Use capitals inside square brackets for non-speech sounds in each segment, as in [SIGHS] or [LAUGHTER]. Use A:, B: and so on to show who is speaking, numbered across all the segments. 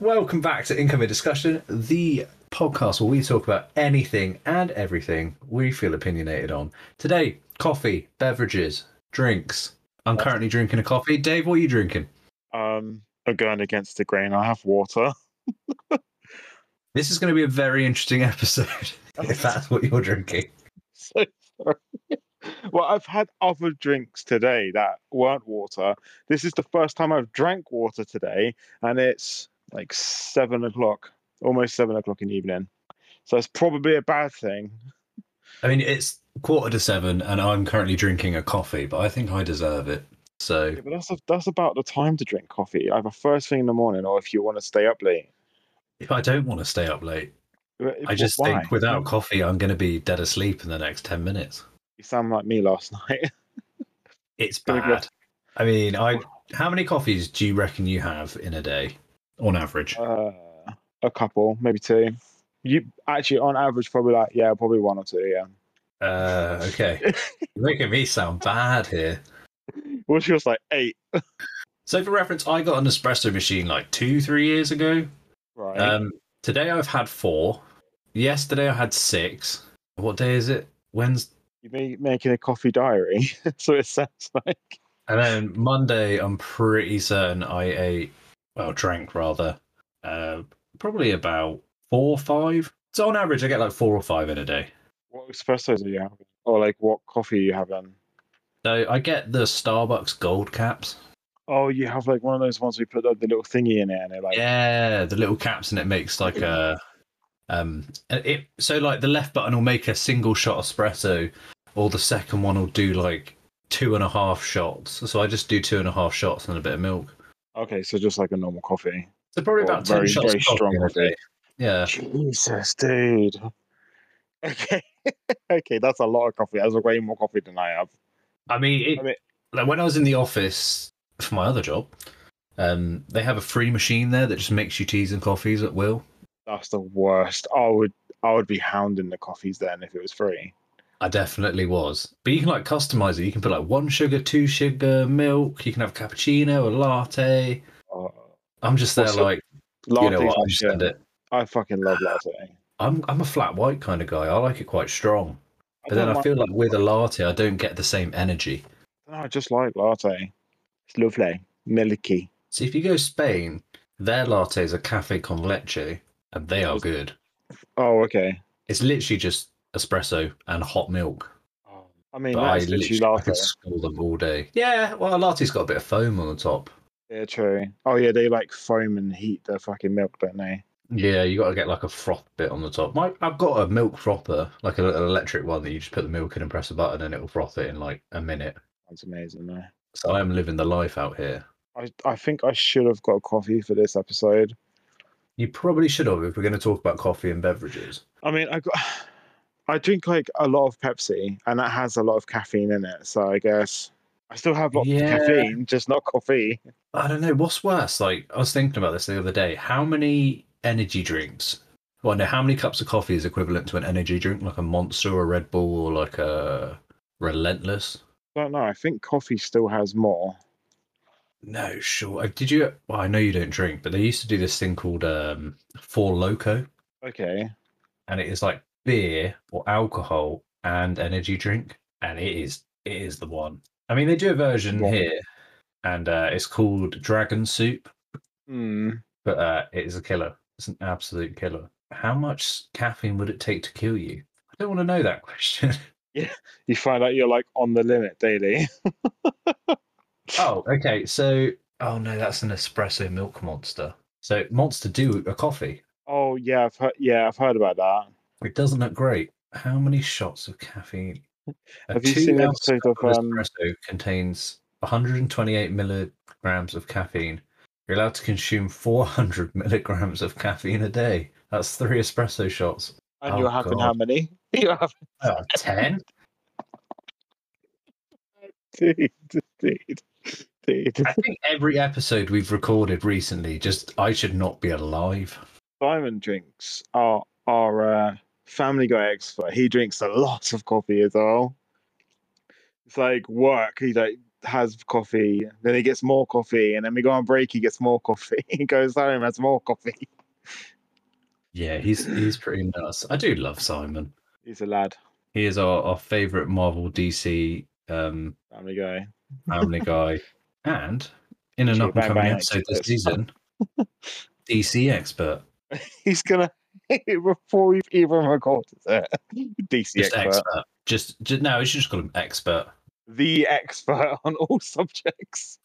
A: Welcome back to Incoming Discussion, the podcast where we talk about anything and everything we feel opinionated on. Today, coffee, beverages, drinks. I'm currently drinking a coffee. Dave, what are you drinking?
B: Um, I'm going against the grain. I have water. [LAUGHS]
A: This is going to be a very interesting [LAUGHS] episode if that's what you're drinking.
B: so sorry. well, I've had other drinks today that weren't water. This is the first time I've drank water today, and it's like seven o'clock, almost seven o'clock in the evening. So it's probably a bad thing.
A: I mean, it's quarter to seven and I'm currently drinking a coffee, but I think I deserve it. So,
B: Yeah, but that's that's about the time to drink coffee. Either first thing in the morning, or if you want to stay up late.
A: I don't want to stay up late.
B: But-
A: I just
B: why?
A: think without coffee, I'm going to be dead asleep in the next 10 minutes.
B: you sound like me last [LAUGHS] night.
A: It's
B: Gonna be
A: bad. I mean, I how many coffees do you reckon you have in a day on average?
B: Uh, a couple, maybe two. You actually, on average, probably like yeah, probably one or two. Yeah.
A: Uh, okay.
B: [LAUGHS]
A: You're making me sound bad here.
B: Well, she was like eight.
A: So, for reference, I got an espresso machine like two, three years ago.
B: Right.
A: Um, today I've had four. Yesterday I had six. What day is it? Wednesday.
B: you be making a coffee diary. [LAUGHS] so it sounds like
A: And then Monday, I'm pretty certain I ate, well, drank rather, uh, probably about four or five. So on average, I get like four or five in a day.
B: what espressos are you having, or like what coffee are you having?
A: So I get the Starbucks gold caps.
B: Oh, you have like one of those ones we put the, the little thingy in it, and it like
A: Yeah, the little caps, and it makes like a, um, and it so like the left button will make a single shot espresso, or the second one will do like two and a half shots. So I just do two and a half shots and a bit of milk.
B: okay, so just like a normal coffee.
A: So probably
B: Well,
A: about ten
B: very,
A: shots
B: very
A: of coffee
B: strong
A: in a
B: coffee.
A: day. Yeah.
B: Jesus, dude. [LAUGHS] Okay, [LAUGHS] okay, that's a lot of coffee. That's way more coffee than I have.
A: I mean, it,
B: I mean-
A: like when I was in the office for my other job, um, they have a free machine there that just makes you teas and coffees at will.
B: That's the worst. I would, I would be hounding the coffees then if it was free.
A: I definitely was, but you can like customize it. You can put like one sugar, two sugar, milk. You can have a cappuccino, a latte.
B: Uh,
A: I'm just there
B: What's the-
A: like
B: lattes,
A: you know what,
B: my
A: I just
B: shit.
A: send it.
B: I fucking love latte.
A: I'm I'm a flat white kind of guy. I like it quite strong, but then
B: don't
A: I
B: mind-
A: feel like with a latte, I don't get the same energy.
B: No, I just like latte. It's lovely, milky.
A: So if you go Spain, their lattes are cafe con leche, and they are good.
B: Oh, okay.
A: It's literally just espresso and hot milk.
B: I mean,
A: But I
B: that's literally
A: literally I [LAUGHS]
B: latte.
A: could school them all day. Yeah, well, a latte's got a bit of foam on the top.
B: Yeah, true. Oh yeah, they like foam and heat their fucking milk, don't they?
A: Yeah, you got to get like a froth bit on the top. My, I've got a milk frother, like a little electric one that you just put the milk in and press a button and it'll froth it in like a minute.
B: That's amazing. Man.
A: So I am living the life out here.
B: I I think I should have got a coffee for this episode.
A: You probably should have if we're going to talk about coffee and beverages.
B: I mean, I got. [SIGHS] I drink like a lot of Pepsi, and that has a lot of caffeine in it. So I guess I still have lots
A: Yeah.
B: of caffeine, just not coffee.
A: I don't know what's worse. Like I was thinking about this the other day. How many energy drinks? Well, no, how many cups of coffee is equivalent to an energy drink, like a Monster or a Red Bull or like a Relentless?
B: don't know. I think coffee still has more.
A: No, sure. Uh, Did you? Well, I know you don't drink, but they used to do this thing called um, Four Loco,
B: Okay.
A: and it is like beer or alcohol and energy drink, and it is it is the one. I mean, they do a version
B: Yeah.
A: here, and uh, it's called Dragon Soup,
B: Hmm.
A: but uh, it is a killer. It's an absolute killer. How much caffeine would it take to kill you? I don't want to know that question. [LAUGHS]
B: You find out you're like on the limit daily. [LAUGHS]
A: oh, okay. So, oh no, that's an espresso milk monster. So, monster do a coffee.
B: Oh yeah, I've heard, yeah, I've heard about that.
A: It doesn't look great. How many shots of caffeine? A
B: Have you seen the
A: two-ounce
B: episode
A: cup
B: of, um,
A: espresso contains 128 milligrams of caffeine. You're allowed to consume 400 [LAUGHS] milligrams of caffeine a day. That's three espresso shots.
B: And
A: Oh,
B: you're having how
A: God.
B: many? [LAUGHS] You're having
A: Oh, 10?
B: dude, dude, dude.
A: I think every episode we've recorded recently, just I should not be alive.
B: Simon drinks our our uh, Family Guy expert. He drinks a lot of coffee as well. It's like work. He like has coffee, then he gets more coffee, and then we go on break, he gets more coffee, [LAUGHS] he goes home, has more coffee.
A: Yeah, he's he's pretty nuts. I do love Simon.
B: He's a lad.
A: He is our, our favorite Marvel DC um,
B: Family guy.
A: Family Guy, and in an
B: True,
A: up and
B: bang,
A: coming
B: bang,
A: episode this
B: expert.
A: season,
B: [LAUGHS]
A: DC expert,
B: He's gonna before we've even recorded
A: [LAUGHS]
B: it. DC
A: just
B: expert.
A: expert, just, just no, you should just call him expert,
B: The expert on all subjects.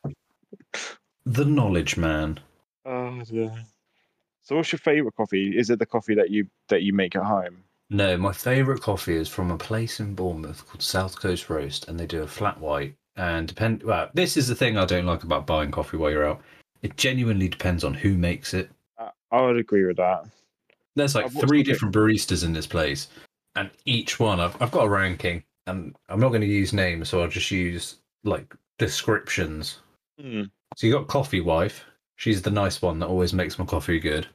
A: the knowledge man.
B: Oh yeah. So what's your favourite coffee? Is it the coffee that you that you make at home?
A: No, my favorite coffee is from a place in Bournemouth called South Coast Roast, and they do a flat white. And depend, well, this is the thing I don't like about buying coffee while you're out. It genuinely depends on who makes it.
B: Uh, I would agree with that.
A: There's like
B: I've watched
A: three
B: the pic-
A: different baristas in this place, and each one I've I've got a ranking, and I'm not going to use names, so I'll just use like descriptions.
B: Hmm,
A: So you got Coffee Wife, she's the nice one that always makes my coffee good.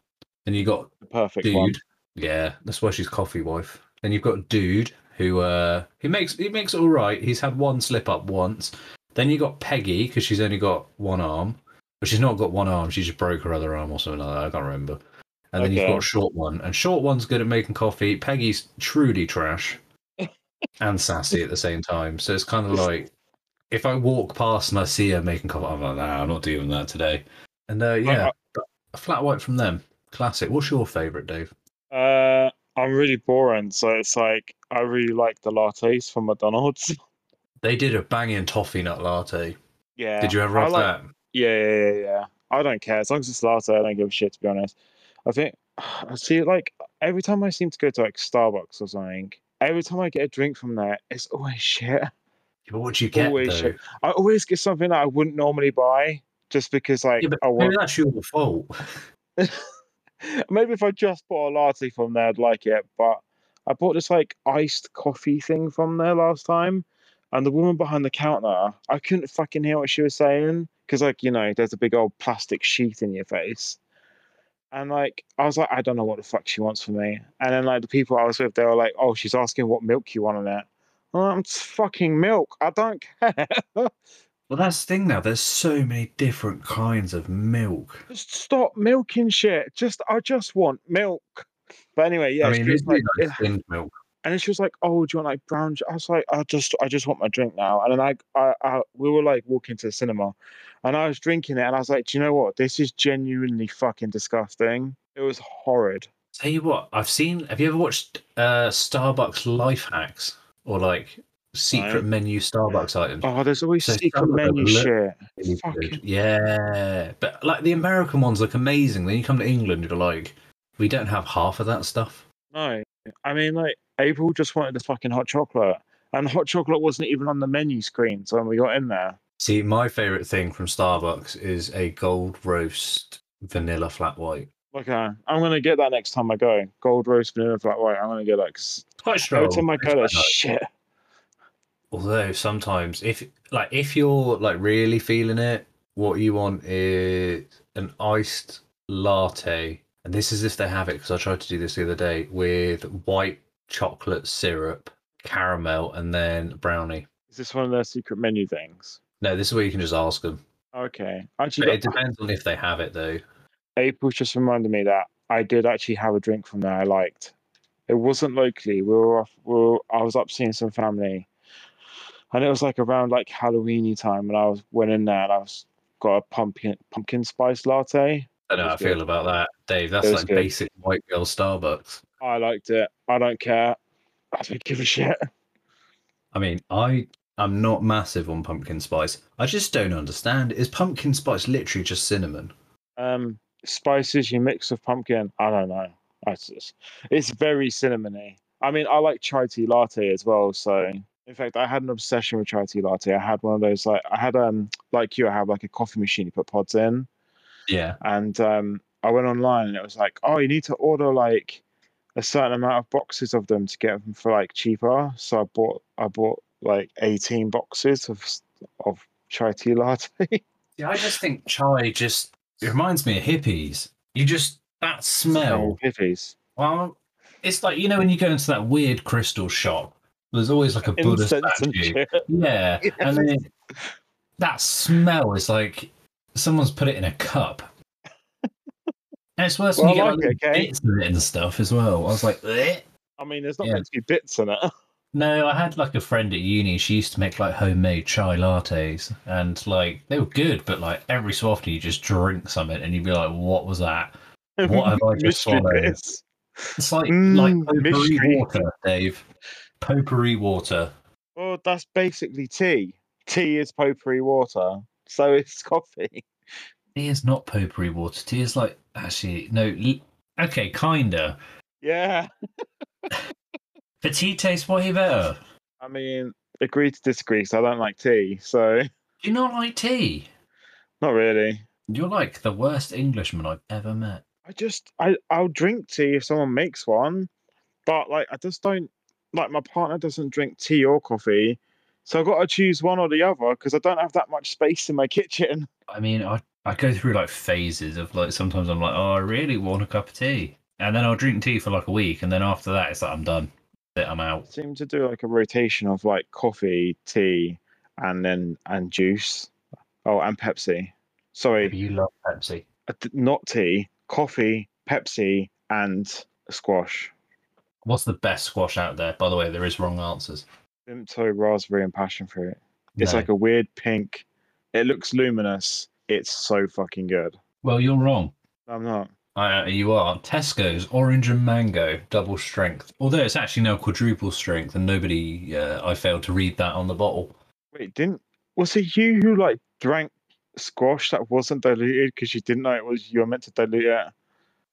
A: Then you got
B: the perfect
A: Dude,
B: one.
A: yeah, that's why she's Coffee Wife. Then you've got Dude, who uh he makes he makes it all right. He's had one slip up once. Then you got Peggy because she's only got one arm, but she's not got one arm. She just broke her other arm or something like that. I can't remember. And then you've
B: Okay.
A: got Short One, and Short One's good at making coffee. Peggy's truly
B: [LAUGHS]
A: trash and sassy at the same time. So it's kind of like if I walk past and I see her making coffee, I'm like, nah, I'm not doing that today. And uh, yeah, a flat white from them, classic. What's your favourite, Dave?
B: Uh, I'm really boring, so it's like I really like the lattes from McDonald's. [LAUGHS]
A: They did a banging toffee nut latte.
B: Yeah.
A: Did you ever
B: I
A: have
B: like-
A: that?
B: Yeah, yeah, yeah, yeah. I don't care as long as it's latte. I don't give a shit to be honest. I think [SIGHS] I see like every time I seem to go to like Starbucks or something. Every time I get a drink from there, it's always [LAUGHS] shit.
A: But what do you get
B: Always
A: though?
B: shit. I always get something that I wouldn't normally buy just because like
A: Yeah, but
B: I
A: maybe
B: want.
A: that's your fault.
B: [LAUGHS] Maybe if I just bought a latte from there, I'd like it. But I bought this like iced coffee thing from there last time, and the woman behind the counter, I couldn't fucking hear what she was saying because, like, you know, there's a big old plastic sheet in your face. And like, I was like, I don't know what the fuck she wants from me. And then like the people I was with, they were like, oh, she's asking what milk you want on it. I'm like, "It's fucking milk. I don't [LAUGHS] care.
A: Well, that's the thing now. There's so many different kinds of milk.
B: just stop milking shit. Just, I just want milk. But anyway, yeah,
A: I
B: she
A: mean,
B: was
A: it's really
B: like-
A: like skimmed milk.
B: And then she was like, "Oh, do you want like brown?" j-" I was like, "I just, I just want my drink now." And then I, I, I we were like walking to the cinema, and I was drinking it, and I was like, "Do you know what? This is genuinely fucking disgusting. It was horrid."
A: Tell you what, I've seen. Have you ever watched uh, Starbucks life hacks or like secret menu Starbucks items?
B: Oh, there's always
A: So
B: secret
A: some of them
B: menu
A: look-
B: shit.
A: Really good.
B: fucking-
A: Yeah, but like the American ones look amazing. Then you come to England, you're like, we don't have half of that stuff.
B: No, I mean like April just wanted the fucking hot chocolate, and hot chocolate wasn't even on the menu screen. So when we got in there,
A: See, my favorite thing from Starbucks is a gold roast vanilla flat white.
B: okay, uh, I'm gonna get that next time I go. Gold roast vanilla flat white. I'm gonna get that because
A: Quite
B: every
A: strong.
B: time I
A: it's
B: go,
A: Oh, quite
B: that's
A: nice.
B: shit.
A: Although sometimes, if like if you're like really feeling it, what you want is an iced latte, and this is if they have it because I tried to do this the other day with white chocolate syrup, caramel, and then brownie.
B: Is this one of their secret menu things?
A: No, this is where you can just ask them.
B: Okay. Actually,
A: But it
B: that-
A: depends on if they have it though.
B: April's just reminded me that I did actually have a drink from there I liked. It wasn't locally. We were off. We were, I was up seeing some family, and it was like around like Halloweeny time. And I was went in there and I was got a pumpkin pumpkin spice latte.
A: I don't know how I
B: That's
A: feel
B: good.
A: about that, Dave. That's
B: That's
A: like
B: good.
A: basic white girl Starbucks.
B: I liked it. I don't care. I don't give a shit.
A: I mean, I I'm not massive on pumpkin spice. I just don't understand. Is pumpkin spice literally just cinnamon?
B: Um, spices you mix with pumpkin. I don't know. I just, it's very cinnamony. I mean, I like chai tea latte as well. So, in fact, I had an obsession with chai tea latte. I had one of those like I had um like you, I have like a coffee machine you put pods in,
A: Yeah.
B: and um I went online and it was like, oh, you need to order like a certain amount of boxes of them to get them for like cheaper. So I bought I bought like eighteen boxes of s- of chai tea latte.
A: Yeah, I just think chai just it reminds me of hippies. You just that smell.
B: Hippies.
A: Well, it's like you know when you go into that weird crystal shop. There's always like a Buddha
B: Incense and
A: statue.
B: shit.
A: Yeah,
B: [LAUGHS] Yes.
A: and then that smell is like someone's put it in a cup. and it's worse
B: Well,
A: when you
B: I
A: get
B: like
A: like,
B: it, okay?
A: little bits of it and stuff as well. I was like, "Bleh."
B: I mean, there's not
A: Yeah.
B: meant to be bits in it. [LAUGHS]
A: no, I had like a friend at uni. She used to make like homemade chai lattes, and like they were good, but like every so often you just drink something and you'd be like, "What was that?" What have I just
B: Mystery
A: swallowed?
B: bits.
A: It's like
B: Mm,
A: like potpourri
B: mystery.
A: water, Dave. Potpourri water.
B: Well, Oh, that's basically tea. Tea is potpourri water, so [LAUGHS] it's coffee.
A: Tea is not potpourri water. Tea is like actually no. l- Okay, kinda.
B: Yeah.
A: But tea tastes way better.
B: I mean, agree to disagree. So I don't like tea, so [LAUGHS]
A: Do you not like tea?
B: not really.
A: You're like the worst Englishman I've ever met.
B: I just I I'll drink tea if someone makes one, but like I just don't like my partner doesn't drink tea or coffee, so I've got to choose one or the other because I don't have that much space in my [LAUGHS] kitchen.
A: I mean, I I go through like phases of like sometimes I'm like, oh, I really want a cup of tea, and then I'll drink tea for like a week, and then after that, it's like I'm done. That I'm
B: I
A: out.
B: seem to do like a rotation of like coffee, tea, and then and juice. Oh, and Pepsi. Sorry,
A: You love Pepsi.
B: uh, t- not tea, coffee, Pepsi, and squash.
A: What's the best squash out there? By the way, there is wrong answers.
B: Vimto, raspberry, and passion fruit. It's
A: No.
B: like a weird pink. It looks luminous. It's so fucking good.
A: well, you're wrong.
B: I'm not.
A: Uh, you are. Tesco's orange and mango double strength. Although it's actually now quadruple strength, and nobody, uh, I failed to read that on the bottle.
B: Wait, didn't was it you who like drank squash that wasn't diluted because you didn't know it was you were meant to dilute it?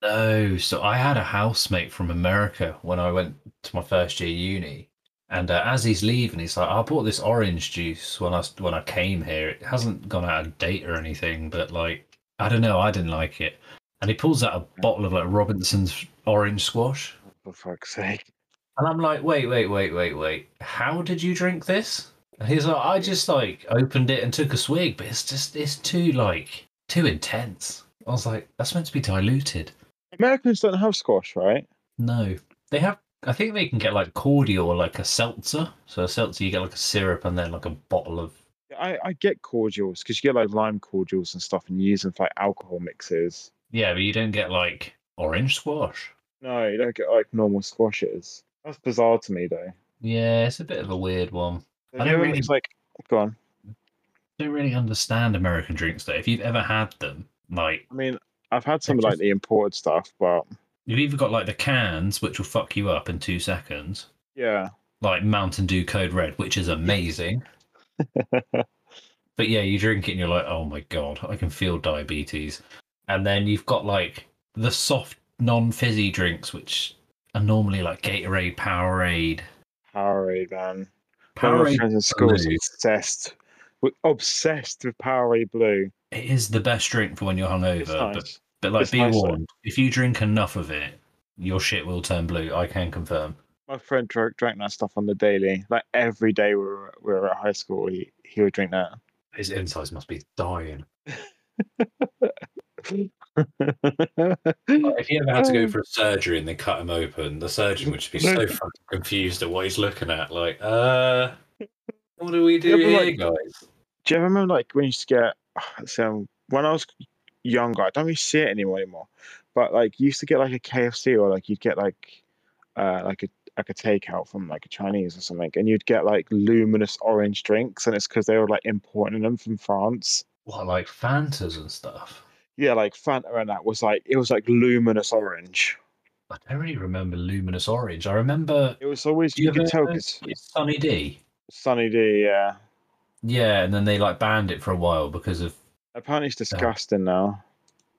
A: No, so I had a housemate from America when I went to my first year uni, and uh, as he's leaving, he's like, "I bought this orange juice when I s- when I came here. It hasn't gone out of date or anything, but like, I don't know, I didn't like it." And he pulls out a bottle of like Robinson's orange squash,
B: For fuck's sake.
A: And I'm like, wait, wait, wait, wait, wait. How did you drink this? And he's like, I just like opened it and took a swig, but it's just it's too like too intense. I was like, that's meant to be diluted.
B: Americans don't have squash, right?
A: No. They have I think they can get like cordial or like a seltzer. So a seltzer you get like a syrup and then like a bottle of
B: I, I get cordials because you get like lime cordials and stuff and you use them for like alcohol mixes.
A: Yeah, but you don't get like orange squash.
B: No, you don't get like normal squashes. That's bizarre to me though.
A: Yeah, it's a bit of a weird one. I
B: Have you
A: don't
B: ever-
A: really-
B: It's like, go on.
A: Don't really understand American drinks though. If you've ever had them, like
B: I mean, I've had some
A: It's
B: like
A: just-
B: the imported stuff, but
A: you've either got like the cans, which will fuck you up in two seconds, [LAUGHS]
B: yeah.
A: like Mountain Dew Code Red, which is amazing. but yeah, you drink it and you're like, oh my god, I can feel diabetes. And then you've got like the soft, non fizzy drinks, which are normally like Gatorade, Powerade.
B: Powerade, man. One of my
A: Powerade
B: friends in school was
A: Blue.
B: obsessed, with, obsessed with Powerade Blue.
A: it is the best drink for when you're hungover.
B: It's
A: But,
B: nice.
A: but like,
B: It's
A: be
B: nice, though.
A: warned, if you drink enough of it, your shit will turn blue. I can confirm.
B: My friend drank, drank that stuff on the daily. Like every day we were, we were at high school, he, he would drink that.
A: His insides must be
B: [LAUGHS]
A: dying. If he ever had to go for a surgery and they cut him open, the surgeon would just be so
B: Um. No.
A: fucking confused at what he's looking at. Like, uh, what do we do
B: Yeah,
A: here,
B: but, like,
A: guys?
B: Do you remember like when you used to get [SIGHS] so when I was younger, I don't really see it anymore anymore. But like you used to get like a KFC or like you'd get like uh like a like a takeout from like a Chinese or something, and you'd get like luminous orange drinks, and it's because they were like importing them from France.
A: What, like Fantas and stuff?
B: Yeah, like Fanta and that was like it was like luminous orange.
A: I don't really remember Luminous Orange. I remember
B: It was always
A: Do
B: you,
A: you
B: could
A: ever-
B: tell because
A: Sunny D.
B: Sunny D. Yeah,
A: Yeah, and then they like banned it for a while because of
B: apparently it's disgusting now.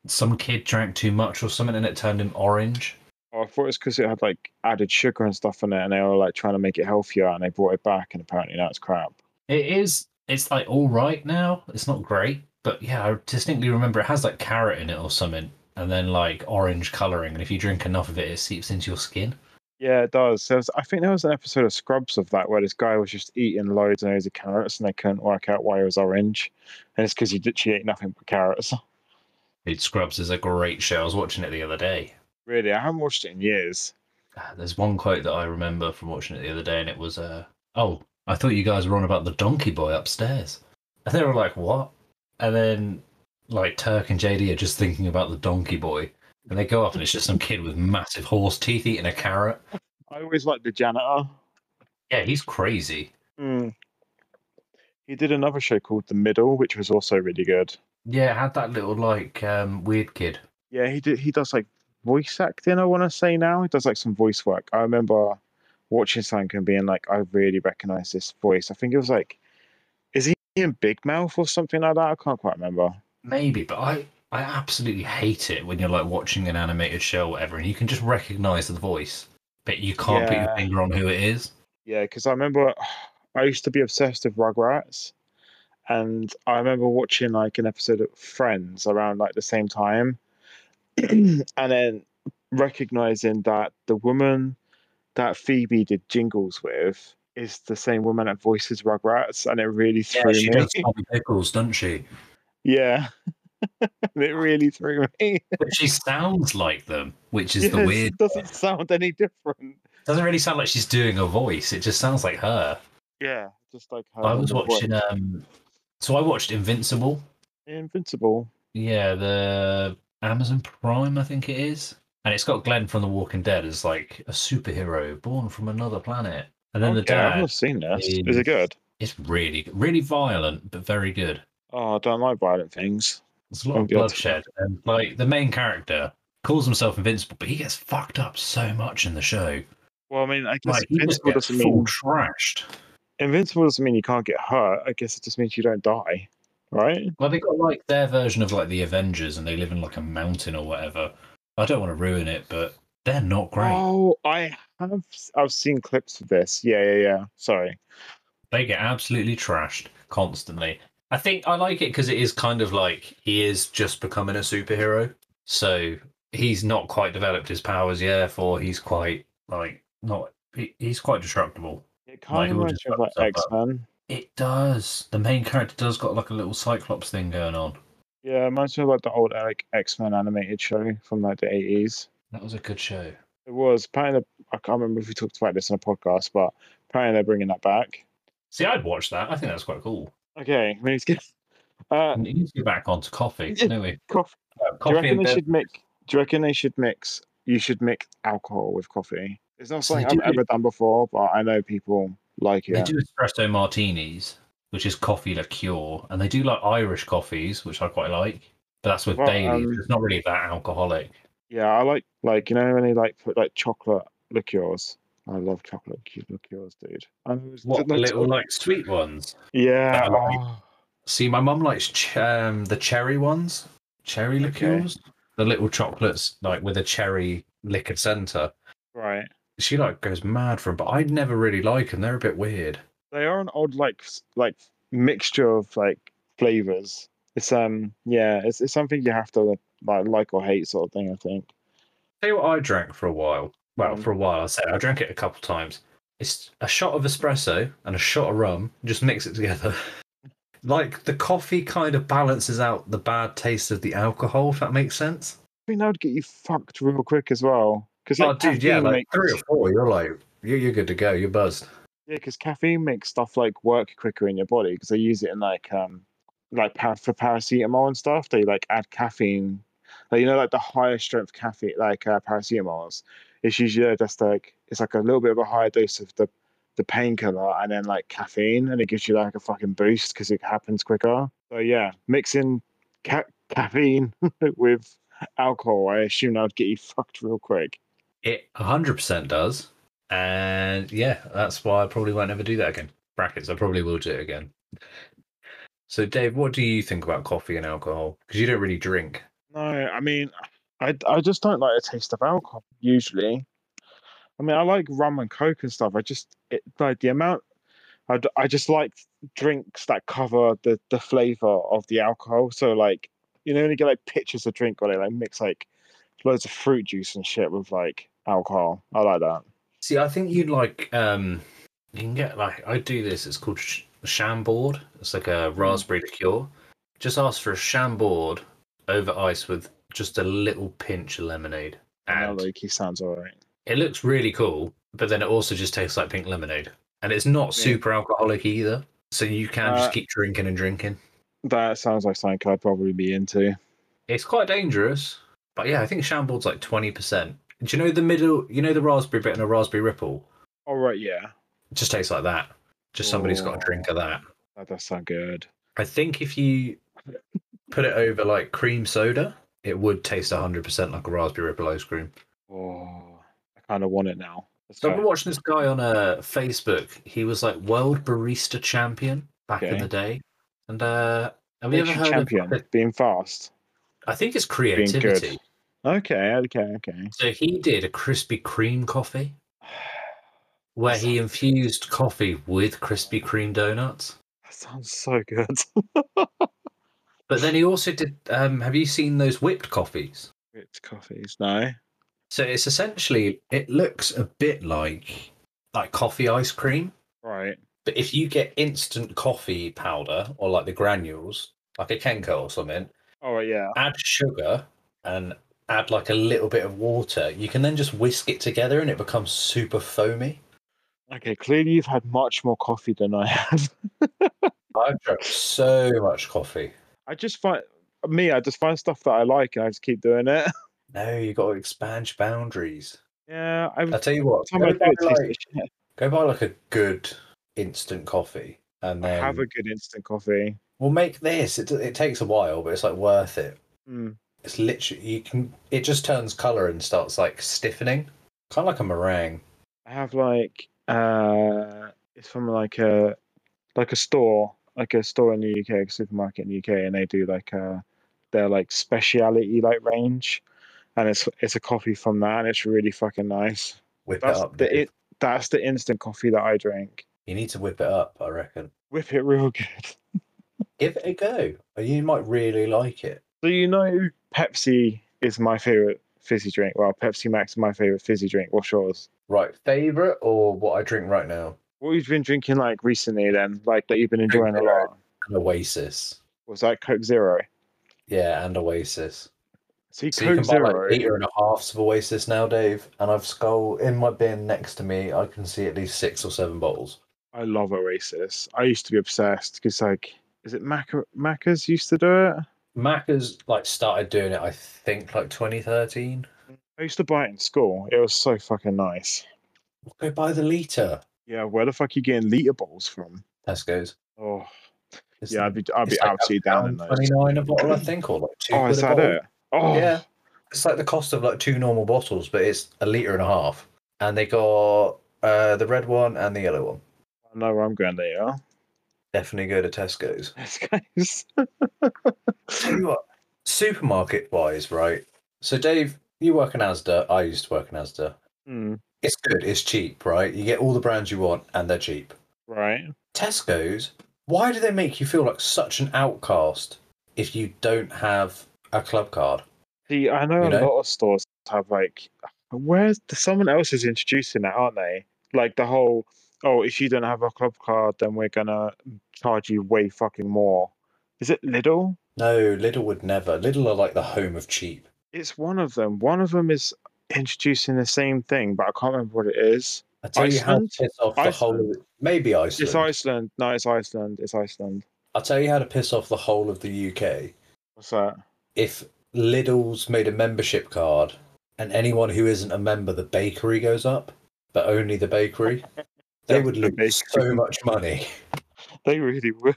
A: some kid drank too much or something and it turned him orange.
B: Oh, I thought it was because it had like added sugar and stuff in it, and they were like trying to make it healthier, and they brought it back, and apparently now it's crap.
A: It is, it's like all right now. It's not great, but yeah, I distinctly remember it has like carrot in it or something. And then like orange coloring, and if you drink enough of it, it seeps into your skin.
B: Yeah, it does. There was, I think there was an episode of Scrubs of that where this guy was just eating loads and loads of carrots, and they couldn't work out why it was orange, and it's because he literally ate nothing but carrots. [LAUGHS]
A: It Scrubs is a great show. I was watching it the other day.
B: really, I haven't watched it in years.
A: Ah, There's one quote that I remember from watching it the other day, and it was, uh, "Oh, I thought you guys were on about the donkey boy upstairs." And they were like, what? And then like Turk and JD are just thinking about the donkey boy. And they go up and it's just some kid with massive horse teeth eating a carrot.
B: I always liked the janitor.
A: Yeah, he's crazy.
B: Mm. He did another show called The Middle, which was also really good.
A: Yeah, had that little like um, weird kid.
B: Yeah, he did. He does like voice acting. I want to say now he does like some voice work. I remember watching something and being like, I really recognize this voice. I think it was like, is he in Big Mouth or something like that? I can't quite remember.
A: Maybe, but I I absolutely hate it when you're like watching an animated show or whatever and you can just recognize the voice, but you can't put your
B: Yeah.
A: finger on who it is.
B: Yeah, because I remember [SIGHS] I used to be obsessed with Rugrats, and I remember watching like an episode of Friends around like the same time, [CLEARS THROAT] and then recognizing that the woman that Phoebe did jingles with is the same woman that voices Rugrats, and it really threw
A: she
B: me.
A: does Tommy Pickles, doesn't she?
B: [LAUGHS] Yeah, [LAUGHS] it really threw me.
A: But she sounds like them, which is the
B: [LAUGHS] Yes,
A: weird.
B: It doesn't sound any different.
A: Doesn't really sound like she's doing a voice. It just sounds like her.
B: Yeah, just like her
A: I was
B: normal Oh, voice.
A: watching. Um, so I watched Invincible.
B: Invincible.
A: Yeah, the Amazon Prime, I think it is, and it's got Glenn from The Walking Dead as like a superhero born from another planet, and then the
B: Okay, I've
A: dad
B: not seen this. Is
A: is-
B: it good?
A: is really, really violent but very good.
B: Oh, I don't like violent things.
A: There's a lot
B: Oh,
A: of
B: good.
A: bloodshed, and like the main character calls himself Invincible, but he gets fucked up so much in the show.
B: Well, I mean, I guess
A: Like he just
B: invincible
A: gets
B: doesn't
A: full
B: mean
A: trashed.
B: invincible doesn't mean you can't get hurt. I guess it just means you don't die, right?
A: Well, they got like their version of like the Avengers, and they live in like a mountain or whatever. I don't want to ruin it, but they're not great.
B: Oh, I have I've seen clips of this. Yeah, yeah, yeah. Sorry.
A: They get absolutely trashed constantly. I think I like it because it is kind of like he is just becoming a superhero, so he's not quite developed his powers yet. Therefore, he's quite like not. he- He's quite destructible.
B: It kind
A: Like,
B: of
A: who
B: reminds
A: just
B: me of like
A: fucks up,
B: X Men.
A: It does. The main character does got like a little Cyclops thing going on.
B: Yeah, it reminds me of like the old like X Men animated show from like the eighties.
A: That was a good show.
B: It was apparently I can't remember if we talked about this on a podcast, but apparently they're bringing that back.
A: See, I'd watch that. I think that's quite cool.
B: Okay, we need to get uh,
A: And you need to get back onto coffee,
B: Yeah.
A: don't we?
B: coffee.
A: Uh,
B: Do you
A: coffee
B: reckon
A: and
B: they
A: bed.
B: should mix? Do you reckon they should mix? You should mix alcohol with coffee. It's not
A: So
B: something
A: they
B: I've
A: do it-
B: ever done before, but I know people like
A: They
B: it.
A: do espresso martinis, which is coffee liqueur, and they do like Irish coffees, which I quite like. But that's with
B: Well,
A: Baileys.
B: um,
A: it's not really that alcoholic.
B: Yeah, I like like you know when they like put like chocolate liqueurs. I love chocolate lique- liqueurs, dude. I was
A: What the
B: like,
A: little like sweet ones?
B: Yeah.
A: that I like.
B: oh,
A: See, my mum likes ch- um, the cherry ones, cherry
B: Okay.
A: liqueurs, the little chocolates like with a cherry liquor center.
B: right.
A: She like goes mad for them, but I never really like them. They're a bit weird.
B: They are an odd like s- like mixture of like flavors. It's um yeah, it's it's something you have to like like or hate sort of thing. I think.
A: Tell you what, I drank for a while. Well,
B: Mm.
A: for a while, I said I drank it a couple times. It's a shot of espresso and a shot of rum. Just mix it together. [LAUGHS] like the coffee kind of balances out the bad taste of the alcohol. If that makes sense.
B: I think that would get you fucked real quick as well. Because
A: oh, dude, yeah, like three or four. You're like, you're, you're good to go. You're buzzed.
B: Yeah, because caffeine makes stuff like work quicker in your body because they use it in like um like pa- for paracetamol and stuff. They like add caffeine, like you know, like the higher strength caffeine, like uh, paracetamols. It's usually uh, just like it's like a little bit of a higher dose of the the painkiller and then like caffeine, and it gives you like a fucking boost because it happens quicker. So yeah, mixing ca- caffeine [LAUGHS] with alcohol, I assume that would get you [LAUGHS] fucked real quick.
A: It 100 percent does. And yeah, that's why I probably won't ever do that again. Brackets, I probably will do it again. So, Dave, what do you think about coffee and alcohol? Because you don't really drink.
B: No, I mean, I, I just don't like the taste of alcohol usually. I mean, I like rum and coke and stuff. I just it, like the amount. I, d- I just like drinks that cover the the flavor of the alcohol. So like you know when you get like pictures of drink where they like mix like loads of fruit juice and shit with like alcohol. I like that.
A: See, I think you'd like um you can get like I do this. It's called sh- Chambord. It's like a
B: Hmm.
A: raspberry liqueur. Just ask for a Chambord over ice with just a little pinch of lemonade,
B: I know
A: and
B: Loki sounds alright.
A: it looks really cool. But then it also just tastes like pink lemonade, and it's not
B: Yeah.
A: super alcoholic either. So you can
B: Uh,
A: just keep drinking and drinking.
B: That sounds like something I'd probably be into.
A: It's quite dangerous. But yeah, I think Shamboard's like 20%. Do you know the middle, you know the raspberry bit and a raspberry ripple?
B: All right, yeah,
A: It just tastes like that. Just somebody's
B: Oh.
A: got a drink of that.
B: that does sound good.
A: I think if you put it over like cream soda, it would taste 100% like a raspberry ripple ice cream.
B: Oh, I kind of want it now. That's
A: So I've
B: fair.
A: been watching this guy on uh, Facebook. He was like world barista champion back in
B: Okay.
A: the day. And uh, have you ever
B: Makes you
A: heard
B: champion
A: of?
B: being fast.
A: I think it's
B: good.
A: creativity.
B: Okay, okay, okay. [SIGHS]
A: So he did a Krispy Kreme coffee where he infused coffee with Krispy Kreme donuts.
B: That sounds so good. [LAUGHS]
A: But then he also did. Um, have you seen those whipped coffees?
B: Whipped coffees, no.
A: So it's essentially it looks a bit like like coffee ice cream,
B: Right.
A: but if you get instant coffee powder or like the granules, like a Kenko or something,
B: All Oh, right, yeah.
A: add sugar and add like a little bit of water, you can then just whisk it together and it becomes super foamy.
B: Okay, clearly you've had much more coffee than I [LAUGHS] have.
A: I've drank so much coffee.
B: I just find me, I just find stuff that I like and I just keep doing it. [LAUGHS]
A: No, you got to expand your boundaries.
B: Yeah, I
A: I tell you what,
B: time
A: go
B: I do
A: buy,
B: it tastes
A: like,
B: like shit.
A: go buy like a good instant coffee, and
B: I
A: then
B: have a good instant coffee.
A: we'll make this. It, it takes a while, but it's like worth it.
B: Mm.
A: It's literally you can. It just turns color and starts like stiffening, kind of like a meringue.
B: I have like uh it's from like a like a store, like a store in the UK, like a supermarket in the UK, and they do like uh their like speciality like range, and it's it's a coffee from that, and it's really fucking nice.
A: Whip
B: That's
A: it up.
B: the
A: Dave.
B: it, that's the instant coffee that I drink.
A: you need to whip it up. I reckon.
B: Whip it real [LAUGHS] good.
A: Give it a go. and You might really like it.
B: So you know, Pepsi is my favorite fizzy drink. Well, Pepsi Max is my favorite fizzy drink. What's yours?
A: Right, favorite or what I drink right now?
B: What you've been drinking like recently, then, like that you've been
A: Coke
B: enjoying a
A: Zero.
B: lot,
A: An Oasis.
B: was like Coke Zero.
A: Yeah, and Oasis.
B: See,
A: So you
B: Coke
A: can buy
B: Zero.
A: like liter and a halfs of Oasis now, Dave. And I've skull in my bin next to me. I can see at least six or seven bottles.
B: I love Oasis. I used to be obsessed because, like, is it Maca- Macca's used to do it?
A: Mac has like started doing it. I think like 2013.
B: I used to buy it in school. It was so fucking nice.
A: Go buy the liter.
B: Yeah, where the fuck you getting liter balls from?
A: Tesco's.
B: Oh,
A: It's-
B: yeah, I'd be, I'd
A: it's
B: be
A: like
B: absolutely down in
A: £1.29
B: those.
A: a bottle, I think, or like two.
B: Oh,
A: quid
B: is
A: a
B: that
A: bottle.
B: it? Oh,
A: Yeah, it's like the cost of like two normal bottles, but it's a liter and a half. And they got uh, the red one and the yellow one.
B: I know where I'm going [LAUGHS] later.
A: Definitely go to Tesco's.
B: Yes, guys.
A: Tell you what, supermarket wise, right? So, Dave, you work in ASDA. I used to work in ASDA.
B: Hmm,
A: It's good. It's cheap, right? You get all the brands you want, and they're cheap.
B: right.
A: Tesco's, why do they make you feel like such an outcast if you don't have a club card?
B: See, I know
A: You
B: a
A: know?
B: lot of stores have like, where's the, someone else is introducing that, aren't they? Like the whole, oh, if you don't have a club card, then we're gonna charge you way fucking more. Is it Lidl?
A: No, Lidl would never. Lidl are like the home of cheap.
B: It's one of them. One of them is introducing the same thing, but I can't remember what it is.
A: I tell
B: Iceland?
A: you how to piss off the whole. Maybe Iceland.
B: It's Iceland. No, it's Iceland. It's Iceland.
A: I'll tell you how to piss off the whole of the UK
B: What's that?
A: if Lidl's made a membership card and anyone who isn't a member, the bakery goes up, but only the
B: [LAUGHS]
A: bakery. They would
B: The
A: lose
B: bakery.
A: so much money. [LAUGHS]
B: They really [LAUGHS] would.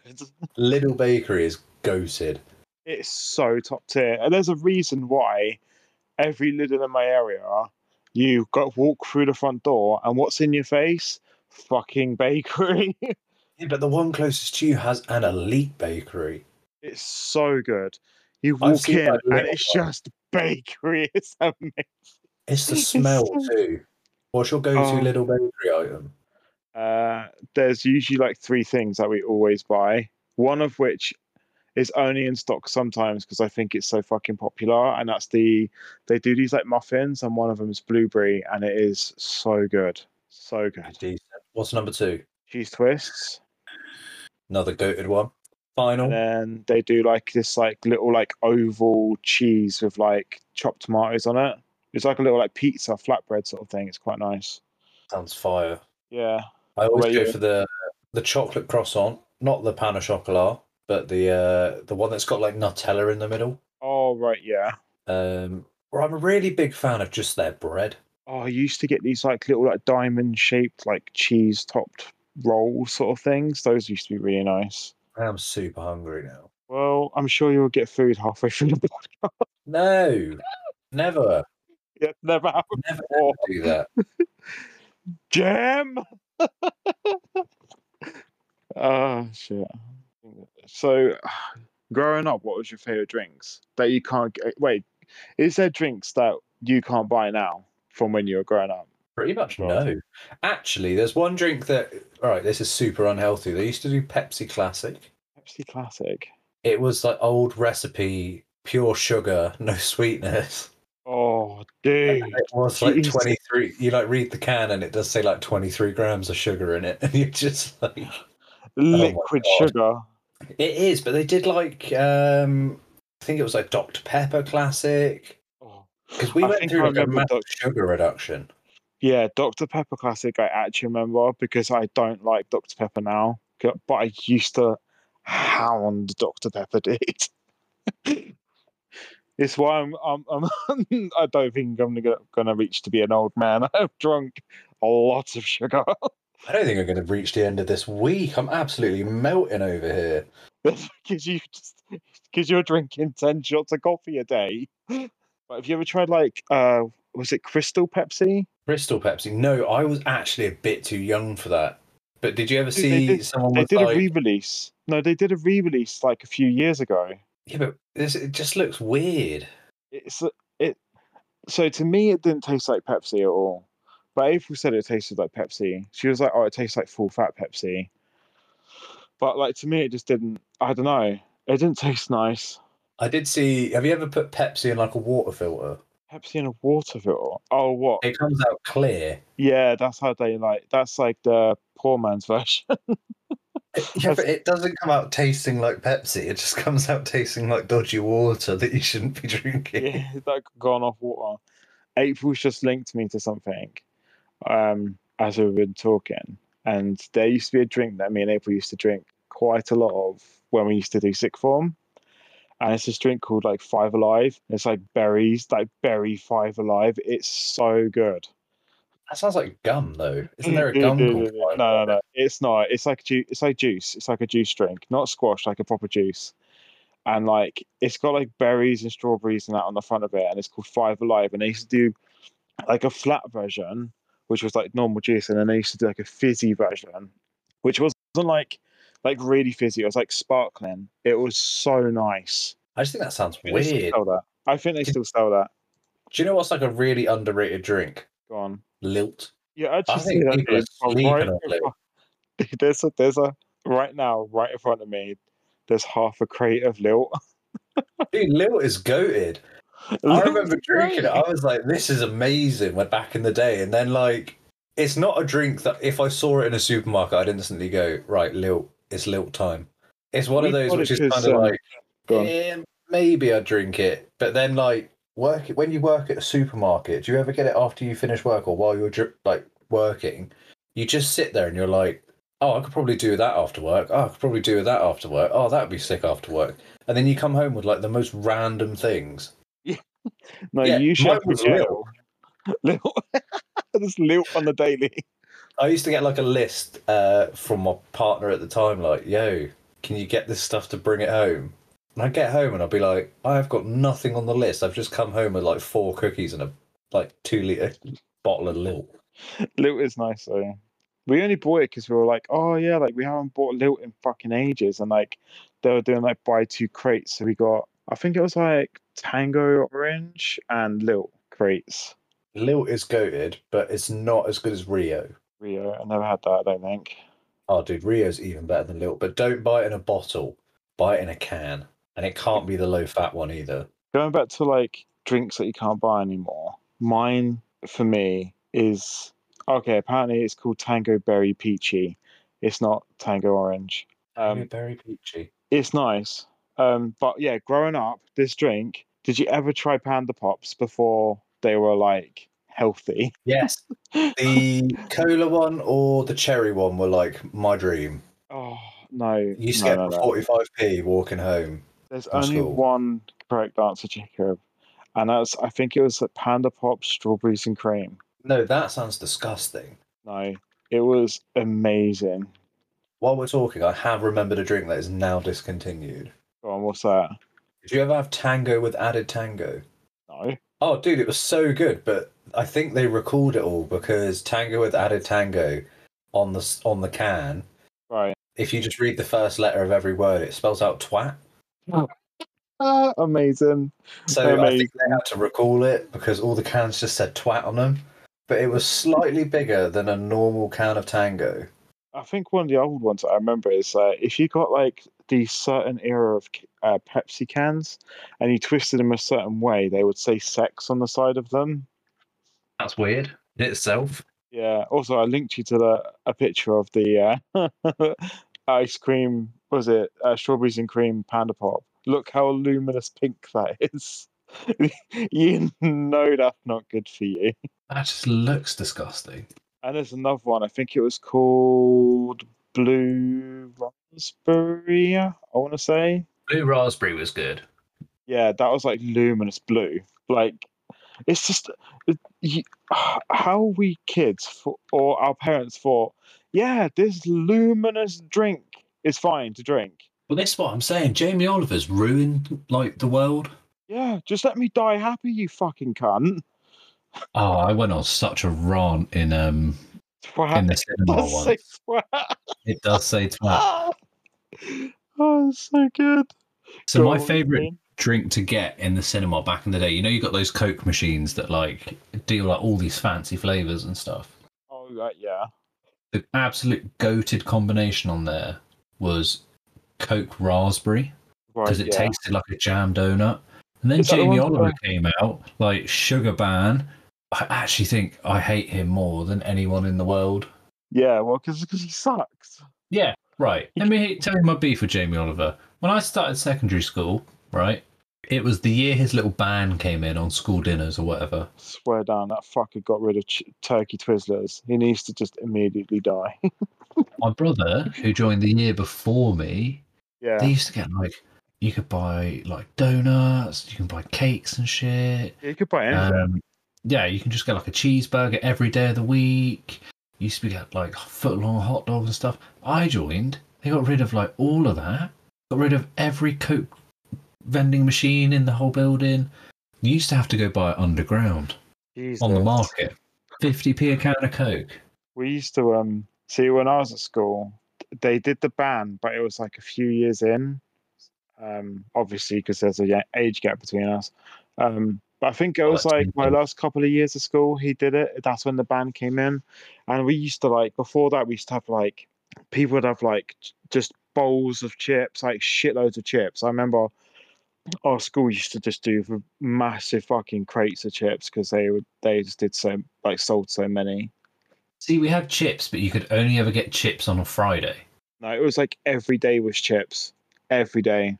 A: Lidl bakery is goated.
B: It's so top tier. And there's a reason why every Lidl in my area, you got walk through the front door and what's in your face? Fucking bakery. [LAUGHS]
A: Yeah, but the one closest to you has an elite bakery.
B: it's so good. You
A: I've
B: walk
A: seen
B: in
A: that
B: and
A: Lidl
B: it's
A: one.
B: just [LAUGHS] bakery. It's amazing.
A: It's
B: [LAUGHS]
A: the
B: It's
A: smell
B: so-
A: too. What's your go-to
B: Oh.
A: Lidl bakery item?
B: Uh, there's usually like three things that we always buy. One of which is only in stock sometimes because I think it's so fucking popular. And that's the they do these like muffins, and one of them is blueberry, and it is so good, so good.
A: Decent. What's number two?
B: Cheese twists.
A: Another goated one. Final.
B: And then they do like this like little like oval cheese with like chopped tomatoes on it. It's like a little like pizza flatbread sort of thing. It's quite nice.
A: Sounds fire.
B: Yeah.
A: I always
B: about
A: go
B: you?
A: for the the chocolate croissant, not the pan au chocolat, but the uh, the one that's got like Nutella in the middle.
B: Oh right, yeah.
A: Um, or I'm a really big fan of just their bread.
B: Oh, I used to get these like little like diamond shaped like cheese topped roll sort of things. Those used to be really nice.
A: I'm super hungry now.
B: Well, I'm sure you'll get food halfway [LAUGHS] through the podcast.
A: No, never,
B: Yeah, never happened
A: never
B: before.
A: do that.
B: [LAUGHS] Jam. oh shit. So, [SIGHS] growing up, what was your favorite drinks that you can't get? Wait, is there drinks that you can't buy now from when you were growing up?
A: Pretty much
B: Right.
A: no. Actually, there's one drink that. All right, this is super unhealthy. They used to do Pepsi Classic.
B: Pepsi Classic.
A: It was like old recipe, pure sugar, [LAUGHS] no sweetness.
B: Oh,
A: [LAUGHS]
B: dude.
A: It was like
B: Jesus.
A: 23. You like read the can and it does say like 23 grams of sugar in it, [LAUGHS] and you're just like. my
B: Liquid
A: God.
B: sugar.
A: It is, but they did like um I think it was like Dr. Pepper Classic.
B: Oh.
A: Because we
B: I
A: went
B: think
A: through
B: I
A: like a
B: remember
A: massive
B: Dr.
A: sugar reduction.
B: Yeah, Dr. Pepper Classic, I actually remember because I don't like Dr. Pepper now, c- but I used to hound Dr. Pepper, [LAUGHS] dude. it's why I'm, I'm, I'm [LAUGHS] I don't think I'm gonna, gonna reach to be an old man. [LAUGHS] I've drunk a lot of sugar. [LAUGHS]
A: I don't think I'm gonna reach the end of this week. I'm absolutely melting over here.
B: because you just because you're drinking ten shots of coffee a day. But have you ever tried like uh was it Crystal Pepsi?
A: Bristol Pepsi. No, I was actually a bit too young for that. But did you ever
B: Dude, they
A: see
B: did-
A: someone
B: They
A: with
B: did a
A: like
B: re-release. No, they did a re-release like a few years ago.
A: Yeah, but this it just looks weird.
B: It's uh, it. So to me, it didn't taste like Pepsi at all. But April said it tasted like Pepsi. She was like, "Oh, it tastes like full fat Pepsi." But like to me, it just didn't. I don't know. It didn't taste nice.
A: I did see have you ever put Pepsi in like a water filter?
B: Pepsi in a water filter. Oh, what?
A: It comes out clear.
B: Yeah, that's how they like. That's like the poor man's [LAUGHS] version.
A: Yeah, but it doesn't come out tasting like Pepsi. It just [LAUGHS] comes out tasting like dodgy water that you shouldn't be [LAUGHS] drinking.
B: yeah, [LAUGHS] it's like gone off water. April's just linked me to something um, as we've been talking. And there used to be a drink that me and April used to drink quite a lot of when we used to do sick form. And it's this drink called like Five Alive. It's like berries, like berry Five Alive. It's so good.
A: That sounds like gum, though. Isn't there a
B: Mm,
A: gum
B: mm,
A: called?
B: mm, mm.
A: Five
B: No, no,
A: Alive?
B: no. It's not. It's like ju- it's like juice. It's like a juice drink, not squash, like a proper juice. And like it's got like berries and strawberries and that on the front of it, and it's called Five Alive. And they used to do like a flat version, which was like normal juice, and then they used to do like a fizzy version, which wasn't like like really fizzy. It was like sparkling. It was so nice.
A: I just think that sounds
B: I think they still
A: weird.
B: sell that. I think they
A: Did-
B: still sell that.
A: Do you know what's like a really underrated drink?
B: Go on.
A: Lilt.
B: [LAUGHS] Yeah, I
A: I
B: just see
A: think
B: that
A: people are
B: dude from
A: sleeping
B: right
A: on
B: in
A: Lou.
B: front- Dude, there's a [LAUGHS] there's a right now, right in front of me, there's half a crate of Lil.
A: Dude, Lilt is goated.
B: [LAUGHS]
A: I remember drinking it. I was like, this is amazing when back in the day. And then, like, it's not a drink that if I saw it in a supermarket, I'd instantly go, right, Lilt, it's Lilt time. It's one of
B: We
A: those
B: got it
A: which is
B: 'cause,
A: kind of
B: um,
A: like,
B: go on.
A: "Eh, maybe I drink it. But then, like, work when you work at a supermarket, do you ever get it after you finish work or while you're dri- like working? You just sit there and you're like, oh, I could probably do that after work. Oh, I could probably do that after work. Oh, that would be sick after work. And then you come home with like the most random things.
B: No,
A: yeah,
B: you
A: mine
B: should
A: was
B: Lil. [LAUGHS] Lil. [LAUGHS] there's Lil on the daily. [LAUGHS]
A: I used to get like a list uh, from my partner at the time, like, yo, can you get this stuff to bring it home? And I'd get home and I'd be like, I've got nothing on the list. I've just come home with like four cookies and a like two litre bottle of Lil.
B: Lil is nice though. We only bought it because we were like, oh yeah, like we haven't bought Lil in fucking ages, and like they were doing like buy two crates, so we got I think it was like Tango Orange and Lil crates.
A: Lil is goated, but it's not as good as Rio.
B: Rio, I uh, never had that. I don't think.
A: Oh, dude, Rio's even better than Lil, but don't buy it in a bottle, buy it in a can. And it can't be the low fat one either.
B: going back to like drinks that you can't buy anymore mine for me is okay apparently it's called tango berry peachy it's not tango orange
C: Mm-hmm.
B: um
A: Berry peachy.
B: it's nice um but yeah growing up this drink did you ever try panda pops before they were like healthy
A: Yes. The cola one or the cherry one were like my dream.
B: oh [SIGHS] No.
C: You
B: no,
C: skip
B: no, no.
C: 45p walking home.
B: There's
C: from
B: only
C: school.
B: one correct answer, Jacob. And that's I think it was Panda Pop Strawberries and Cream.
C: No, that sounds disgusting.
B: No. It was amazing.
C: While we're talking, I have remembered a drink that is now discontinued.
B: Go on, what's that?
C: Did you ever have tango with added tango?
B: No.
C: Oh, dude, it was so good, but I think they recalled it all because tango with added tango on the s- on the can.
B: Right.
C: If you just read the first letter of every word, it spells out twat.
B: Ah, amazing.
C: So I
B: Amazing.
C: think they had to recall it because all the cans just said twat on them. But it was slightly bigger than a normal can of tango.
B: I think one of the old ones I remember is uh, if you got like the certain era of uh, Pepsi cans and you twisted them a certain way, they would say sex on the side of them.
A: That's weird in itself.
B: Yeah. Also, I linked you to the, a picture of the uh, [LAUGHS] ice cream. what Was it uh, strawberries and cream panda pop? Look how luminous pink that is. [LAUGHS] you know that's not good for you.
A: That just looks disgusting.
B: And there's another one. I think it was called Blue Raspberry. I want to say.
A: Blue raspberry was good.
B: Yeah, that was like luminous blue. Like, it's just it- you- [SIGHS] how we kids fo- or our parents thought, yeah, this luminous drink is fine to drink.
A: Well, that's what I'm saying. Jamie Oliver's ruined like the world.
B: Yeah, just let me die happy, you fucking cunt. [LAUGHS]
A: Oh, I went on such a rant in um in
B: Twat. [LAUGHS]
A: the cinema
B: I'll
A: once.
B: say [LAUGHS] twat.
A: It does say twat.
B: oh, it's so good.
A: So
B: Go
A: my
B: on,
A: favourite
B: Ian.
A: drink to get in the cinema back in the day, you know, you got those Coke machines that like deal out all these fancy flavours and stuff.
B: Oh, right, yeah.
A: The absolute goated combination on there was Coke raspberry.
B: Right,
A: because it
B: yeah.
A: tasted like a jam donut. And then
B: Is that the
A: Jamie
B: one
A: Oliver
B: where-
A: came out like Sugar Ban. I actually think I hate him more than anyone in the world.
B: Yeah, well, because he sucks.
A: Yeah, right. Let me tell you my beef with Jamie Oliver. When I started secondary school, right, it was the year his little ban came in on school dinners or whatever.
B: Swear down, that fucker got rid of ch- turkey twizzlers. He needs to just immediately die. [LAUGHS]
A: My brother, who joined the year before me,
B: yeah,
A: they used to get like you could buy like donuts, you can buy cakes and shit.
B: you could buy anything.
A: Um, yeah, you can just get like a cheeseburger every day of the week. You used to get like foot long hot dogs and stuff. I joined. They got rid of like all of that. Got rid of every Coke vending machine in the whole building. You used to have to go buy it underground on the
B: Jesus.
A: market. 50p a can of Coke.
B: We used to um see when I was at school, they did the ban, but it was like a few years in. Um, obviously because there's a ya- age gap between us. Um, but I think it was
A: that's
B: like
A: me
B: my
A: then.
B: last couple of years of school. He did it. That's when the ban came in, and we used to like before that we used to have like people would have like j- just bowls of chips, like shitloads of chips. I remember our school used to just do v- massive fucking crates of chips because they would they just did so like sold so many.
A: See, we had chips, but you could only ever get chips on a Friday.
B: No, it was like every day was chips. Every day.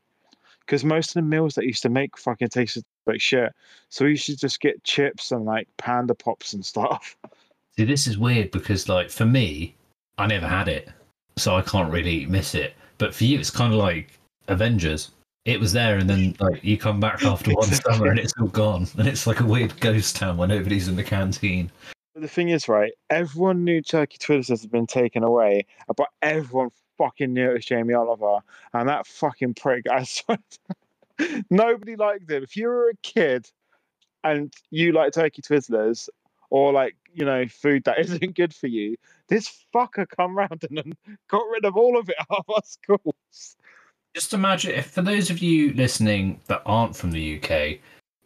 B: Because most of the meals that used to make fucking tasted like shit. So we used to just get chips and like panda pops and stuff.
A: See, this is weird because, like, for me, I never had it, so I can't really miss it. But for you, it's kind of like Avengers. It was there, and then like you come back after one
B: Exactly.
A: summer, and it's all gone, and it's like a weird ghost town where nobody's in the canteen.
B: But the thing is, right, everyone knew turkey twizzlers had been taken away, but everyone fucking knew it was Jamie Oliver. And that fucking prick, I [LAUGHS] swear. to- Nobody liked him. If you were a kid and you like turkey twizzlers or like, you know, food that [LAUGHS] isn't good for you, this fucker come round and then got rid of all of it [LAUGHS] out of our schools.
A: Just imagine if, for those of you listening that aren't from the UK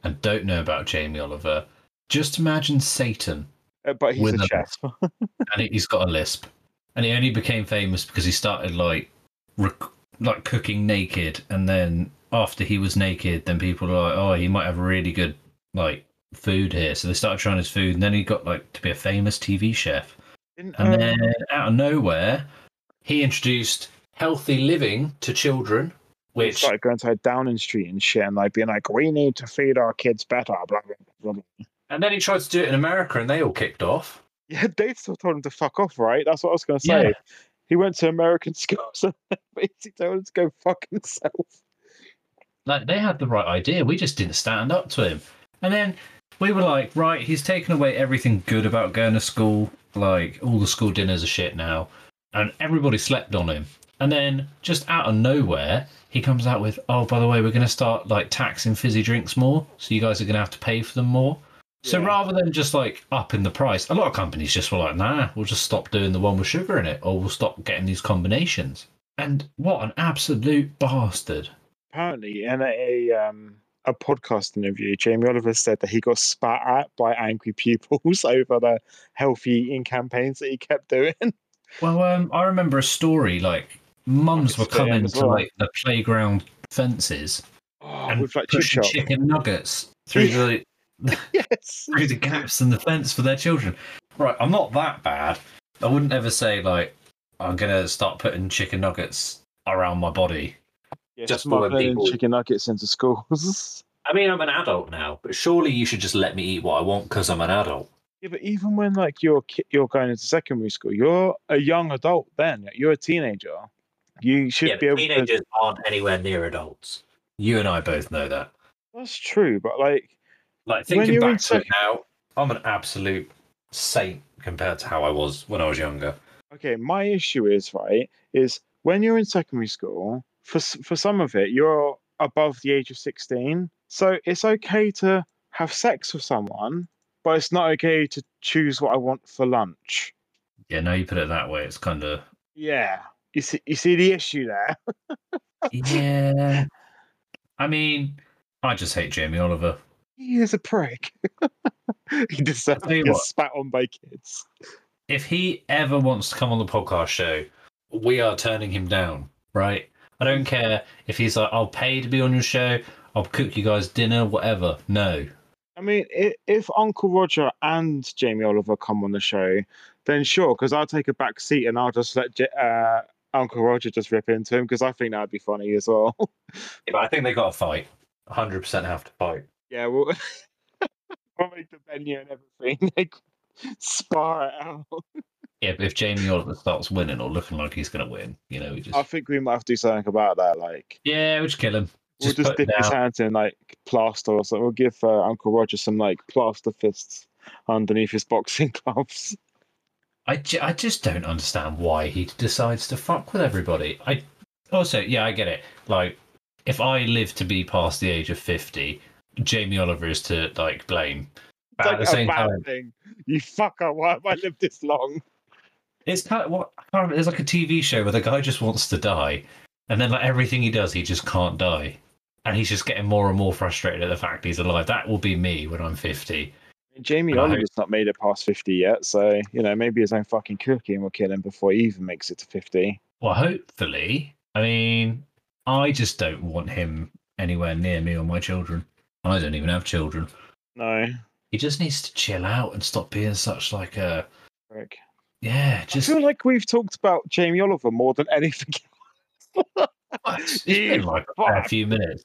A: and don't know about Jamie Oliver, just imagine Satan
B: Uh, But he's
A: With
B: a
A: a- [LAUGHS]
B: chef. [LAUGHS]
A: and he- he's got a lisp, and he only became famous because he started like rec- like cooking naked, and then after he was naked, then people were like, oh, he might have really good like food here, so they started trying his food, and then he got like to be a famous TV chef,
B: Didn't,
A: and
B: um,
A: then out of nowhere, he introduced healthy living to children,
B: he
A: which
B: started going to Downing Street and shit and like being like, we need to feed our kids better. Blah, blah, blah, blah.
A: and then he tried to do it in America, and they all kicked off.
B: Yeah, they still told him to fuck off, right? That's what I was going to say. He went to American [LAUGHS] school, so basically told him to go fuck himself.
A: Like they had the right idea. We just didn't stand up to him. And then we were like, right, he's taken away everything good about going to school. Like all the school dinners are shit now, and everybody slept on him. And then just out of nowhere, he comes out with, oh, by the way, we're going to start like taxing fizzy drinks more, so you guys are going to have to pay for them more. So
B: Yeah.
A: rather than just like upping the price, a lot of companies just were like, nah, we'll just stop doing the one with sugar in it, or we'll stop getting these combinations. And what an absolute bastard.
B: Apparently, in a um, a podcast interview, Jamie Oliver said that he got spat at by angry pupils [LAUGHS] over the healthy eating campaigns that he kept doing.
A: Well, um, I remember a story like mums
B: It's
A: were
B: fair
A: coming
B: as
A: to
B: well.
A: like the playground fences
B: Oh,
A: and
B: with like chip
A: pushing
B: shop.
A: chicken
B: [LAUGHS]
A: nuggets through the
B: Yes.
A: through the gaps in the fence for their children. Right, I'm not that bad. I wouldn't ever say like I'm gonna start putting chicken nuggets around my body.
B: Yeah,
A: Just for when
B: smuggling in
A: people-
B: chicken nuggets into schools. [LAUGHS]
A: I mean, I'm an adult now, but surely you should just let me eat what I want because I'm an adult.
B: Yeah, but even when like you're ki- you're going into secondary school, you're a young adult then. like, You're a teenager. You should be able to.
A: aren't anywhere near adults. You and I both know that.
B: That's true, but like,
A: Like
B: When
A: thinking
B: you're
A: back
B: in
A: to it now, I'm an absolute saint compared to how I was when I was younger.
B: okay, my issue is right is when you're in secondary school for s- for some of it, you're above the age of sixteen, so it's okay to have sex with someone, but it's not okay to choose what I want for lunch.
A: Yeah, now you put it that way, it's kind
B: [LAUGHS]
A: of
B: Yeah, you see, you see the issue there. [LAUGHS]
A: yeah. I mean, I just hate Jamie Oliver.
B: He is a prick. [LAUGHS] he deserves
A: tell
B: to
A: you
B: get
A: what.
B: spat on by kids.
A: if he ever wants to come on the podcast show, we are turning him down, right? I don't care if he's like, I'll pay to be on your show, I'll cook you guys dinner, whatever. No.
B: I mean, if, if Uncle Roger and Jamie Oliver come on the show, then sure, because I'll take a back seat and I'll just let J- uh, Uncle Roger just rip into him because I think that'd be funny as well. [LAUGHS]
A: Yeah, but I think they got to fight. 100% have to fight.
B: yeah, we'll, [LAUGHS] we'll make the venue and everything. [LAUGHS] Like, spar it out.
A: Yeah, but if Jamie Oliver starts winning or looking like he's going to win, you know, we just.
B: I think we might have to do something about that. Like,
A: yeah, we just kill him.
B: we'll
A: Just
B: just
A: put it
B: dip his
A: down.
B: hands in like plaster or something. We'll give uh, Uncle Roger some like plaster fists underneath his boxing [LAUGHS] gloves.
A: I, ju- I just don't understand why he decides to fuck with everybody. I also, yeah, I get it. Like, if I live to be past the age of 50, Jamie Oliver is to, like, blame. But at the
B: It's like a
A: same
B: bad
A: time,
B: thing. You fucker, why have I lived this long?
A: it's kind of what I can't remember, there's like a TV show where the guy just wants to die, and then like everything he does, he just can't die, and he's just getting more and more frustrated at the fact he's alive. That will be me when I'm 50.
B: Jamie
A: And I hope-
B: Oliver's not made it past 50 yet, so, you know, maybe his own fucking cooking will kill him before he even makes it to 50.
A: Well, hopefully, I mean, I just don't want him anywhere near me or my children. I don't even have children.
B: No.
A: He just needs to chill out and stop being such like a
B: Rick.
A: yeah.
B: I
A: Just
B: feel like we've talked about Jamie Oliver more than [LAUGHS] anything.
A: [LAUGHS] it's been like a fair few minutes.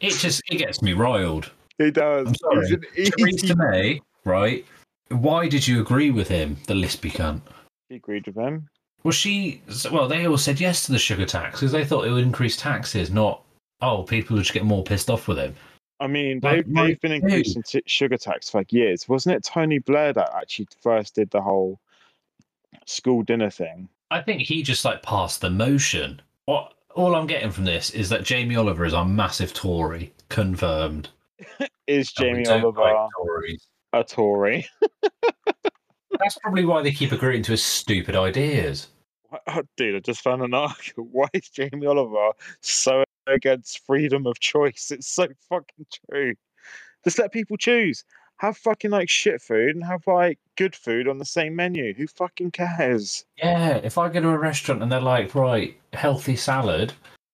A: It just it gets me riled.
B: He does.
A: I'm sorry.
B: [LAUGHS] He's an easy-
A: Theresa May, right? Why did you agree with him, the lispy cunt?
B: He agreed with him.
A: Well, she, so- well, they all said yes to the sugar tax because they thought it would increase taxes, not, oh, people would just get more pissed off with him.
B: I mean,
A: Like,
B: they've,
A: like,
B: they've been increasing t- sugar tax for like years. Wasn't it Tony Blair that actually first did the whole school dinner thing?
A: I think he just like passed the motion. What, all I'm getting from this is that Jamie Oliver is our massive Tory, confirmed.
B: Is
A: And we
B: Jamie
A: don't
B: Oliver
A: like Tories.
B: a Tory?
A: That's probably why they keep agreeing to his stupid ideas.
B: Why- Oh, [LAUGHS] dude, I just found an article. [LAUGHS] Why is Jamie Oliver so against freedom of choice? It's so fucking true. Just let people choose. Have fucking like shit food and have like good food on the same menu. Who fucking cares?
A: Yeah, if I go to a restaurant and they're like, right, healthy salad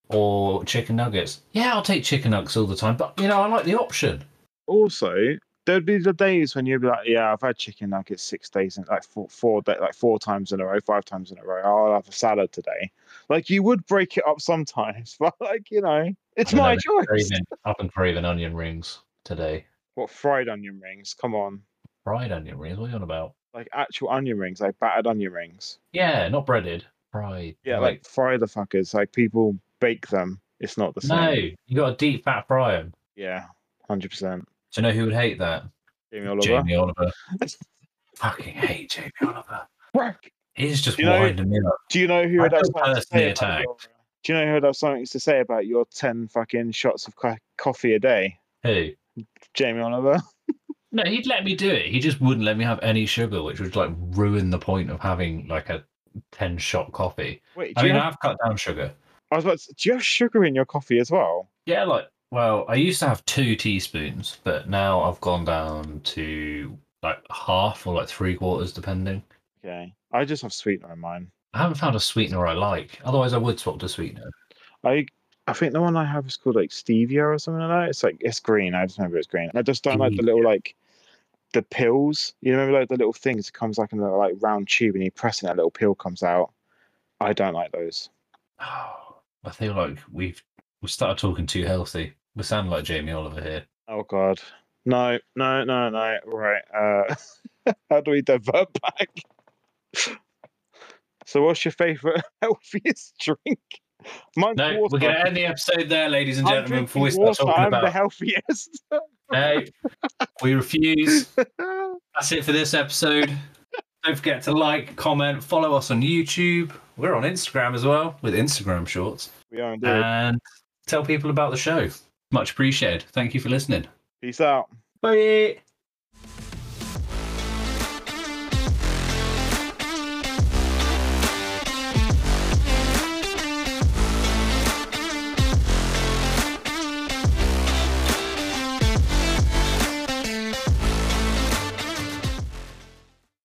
A: or chicken nuggets, yeah, I'll take chicken nuggets all the time, but you know, I like the option.
B: Also, there'd be the days when you'd be like, "Yeah, I've had chicken nuggets six days and like four, four da like four times in a row, five times in a row. I'll have a salad today." Like you would break it up sometimes, [LAUGHS] but like you know, it's
A: I know,
B: my
A: but
B: choice. [LAUGHS]
A: Craving, up and craving onion rings today.
B: What fried onion rings? Come on,
A: Fried onion rings, what are you on about?
B: like actual onion rings, like battered onion rings.
A: Yeah, not breaded. fried.
B: Yeah, like fry the fuckers. Like people bake them. It's not the same.
A: no, you got a deep fat fry 'em.
B: Yeah, hundred percent.
A: Do you know who would hate that?
B: Jamie Oliver.
A: Jamie Oliver. [LAUGHS] Fucking hate Jamie Oliver.
B: Crack.
A: He's just
B: You know-
A: winding me up.
B: Do you know who would
A: I
B: have
A: feel
B: something to
A: personally
B: say about
A: attacked.
B: your, Do you know who would have something to say about your ten fucking shots of co- coffee a day?
A: Who?
B: Jamie Oliver. [LAUGHS]
A: No, he'd let me do it. He just wouldn't let me have any sugar, which would like ruin the point of having like a ten shot coffee.
B: Wait, do
A: I
B: you
A: mean,
B: have,
A: I've cut down sugar.
B: I was about to, do you have sugar in your coffee as well?
A: Yeah, like well, I used to have two teaspoons, but now I've gone down to like half or like three quarters, depending.
B: Okay. I just have sweetener in mine.
A: I haven't found a sweetener I like. Otherwise, I would swap to sweetener.
B: I I think the one I have is called like stevia or something like that. It's like it's green. I just remember it's green. I just don't like the little like the pills. You remember like the little things that comes like in a like round tube and you press it, that little pill comes out. I don't like those.
A: Oh, [SIGHS] I feel like we've we started talking too healthy. We sound like Jamie Oliver here.
B: Oh god. No, no, no, no. Right. Uh [LAUGHS] how do we divert back? so what's your favourite [LAUGHS] healthiest drink? Mine's
A: No,
B: water.
A: we're going to end the episode there, ladies and
B: I'm
A: gentlemen, before we
B: drinking
A: start
B: water,
A: talking
B: I'm the
A: about.
B: healthiest. [LAUGHS]
A: No, we refuse. That's it for this episode. Don't forget to like, comment, follow us on YouTube. We're on Instagram as well with Instagram shorts.
B: we are indeed.
A: And tell people about the show. Much appreciated. Thank you for listening.
B: Peace out.
A: Bye.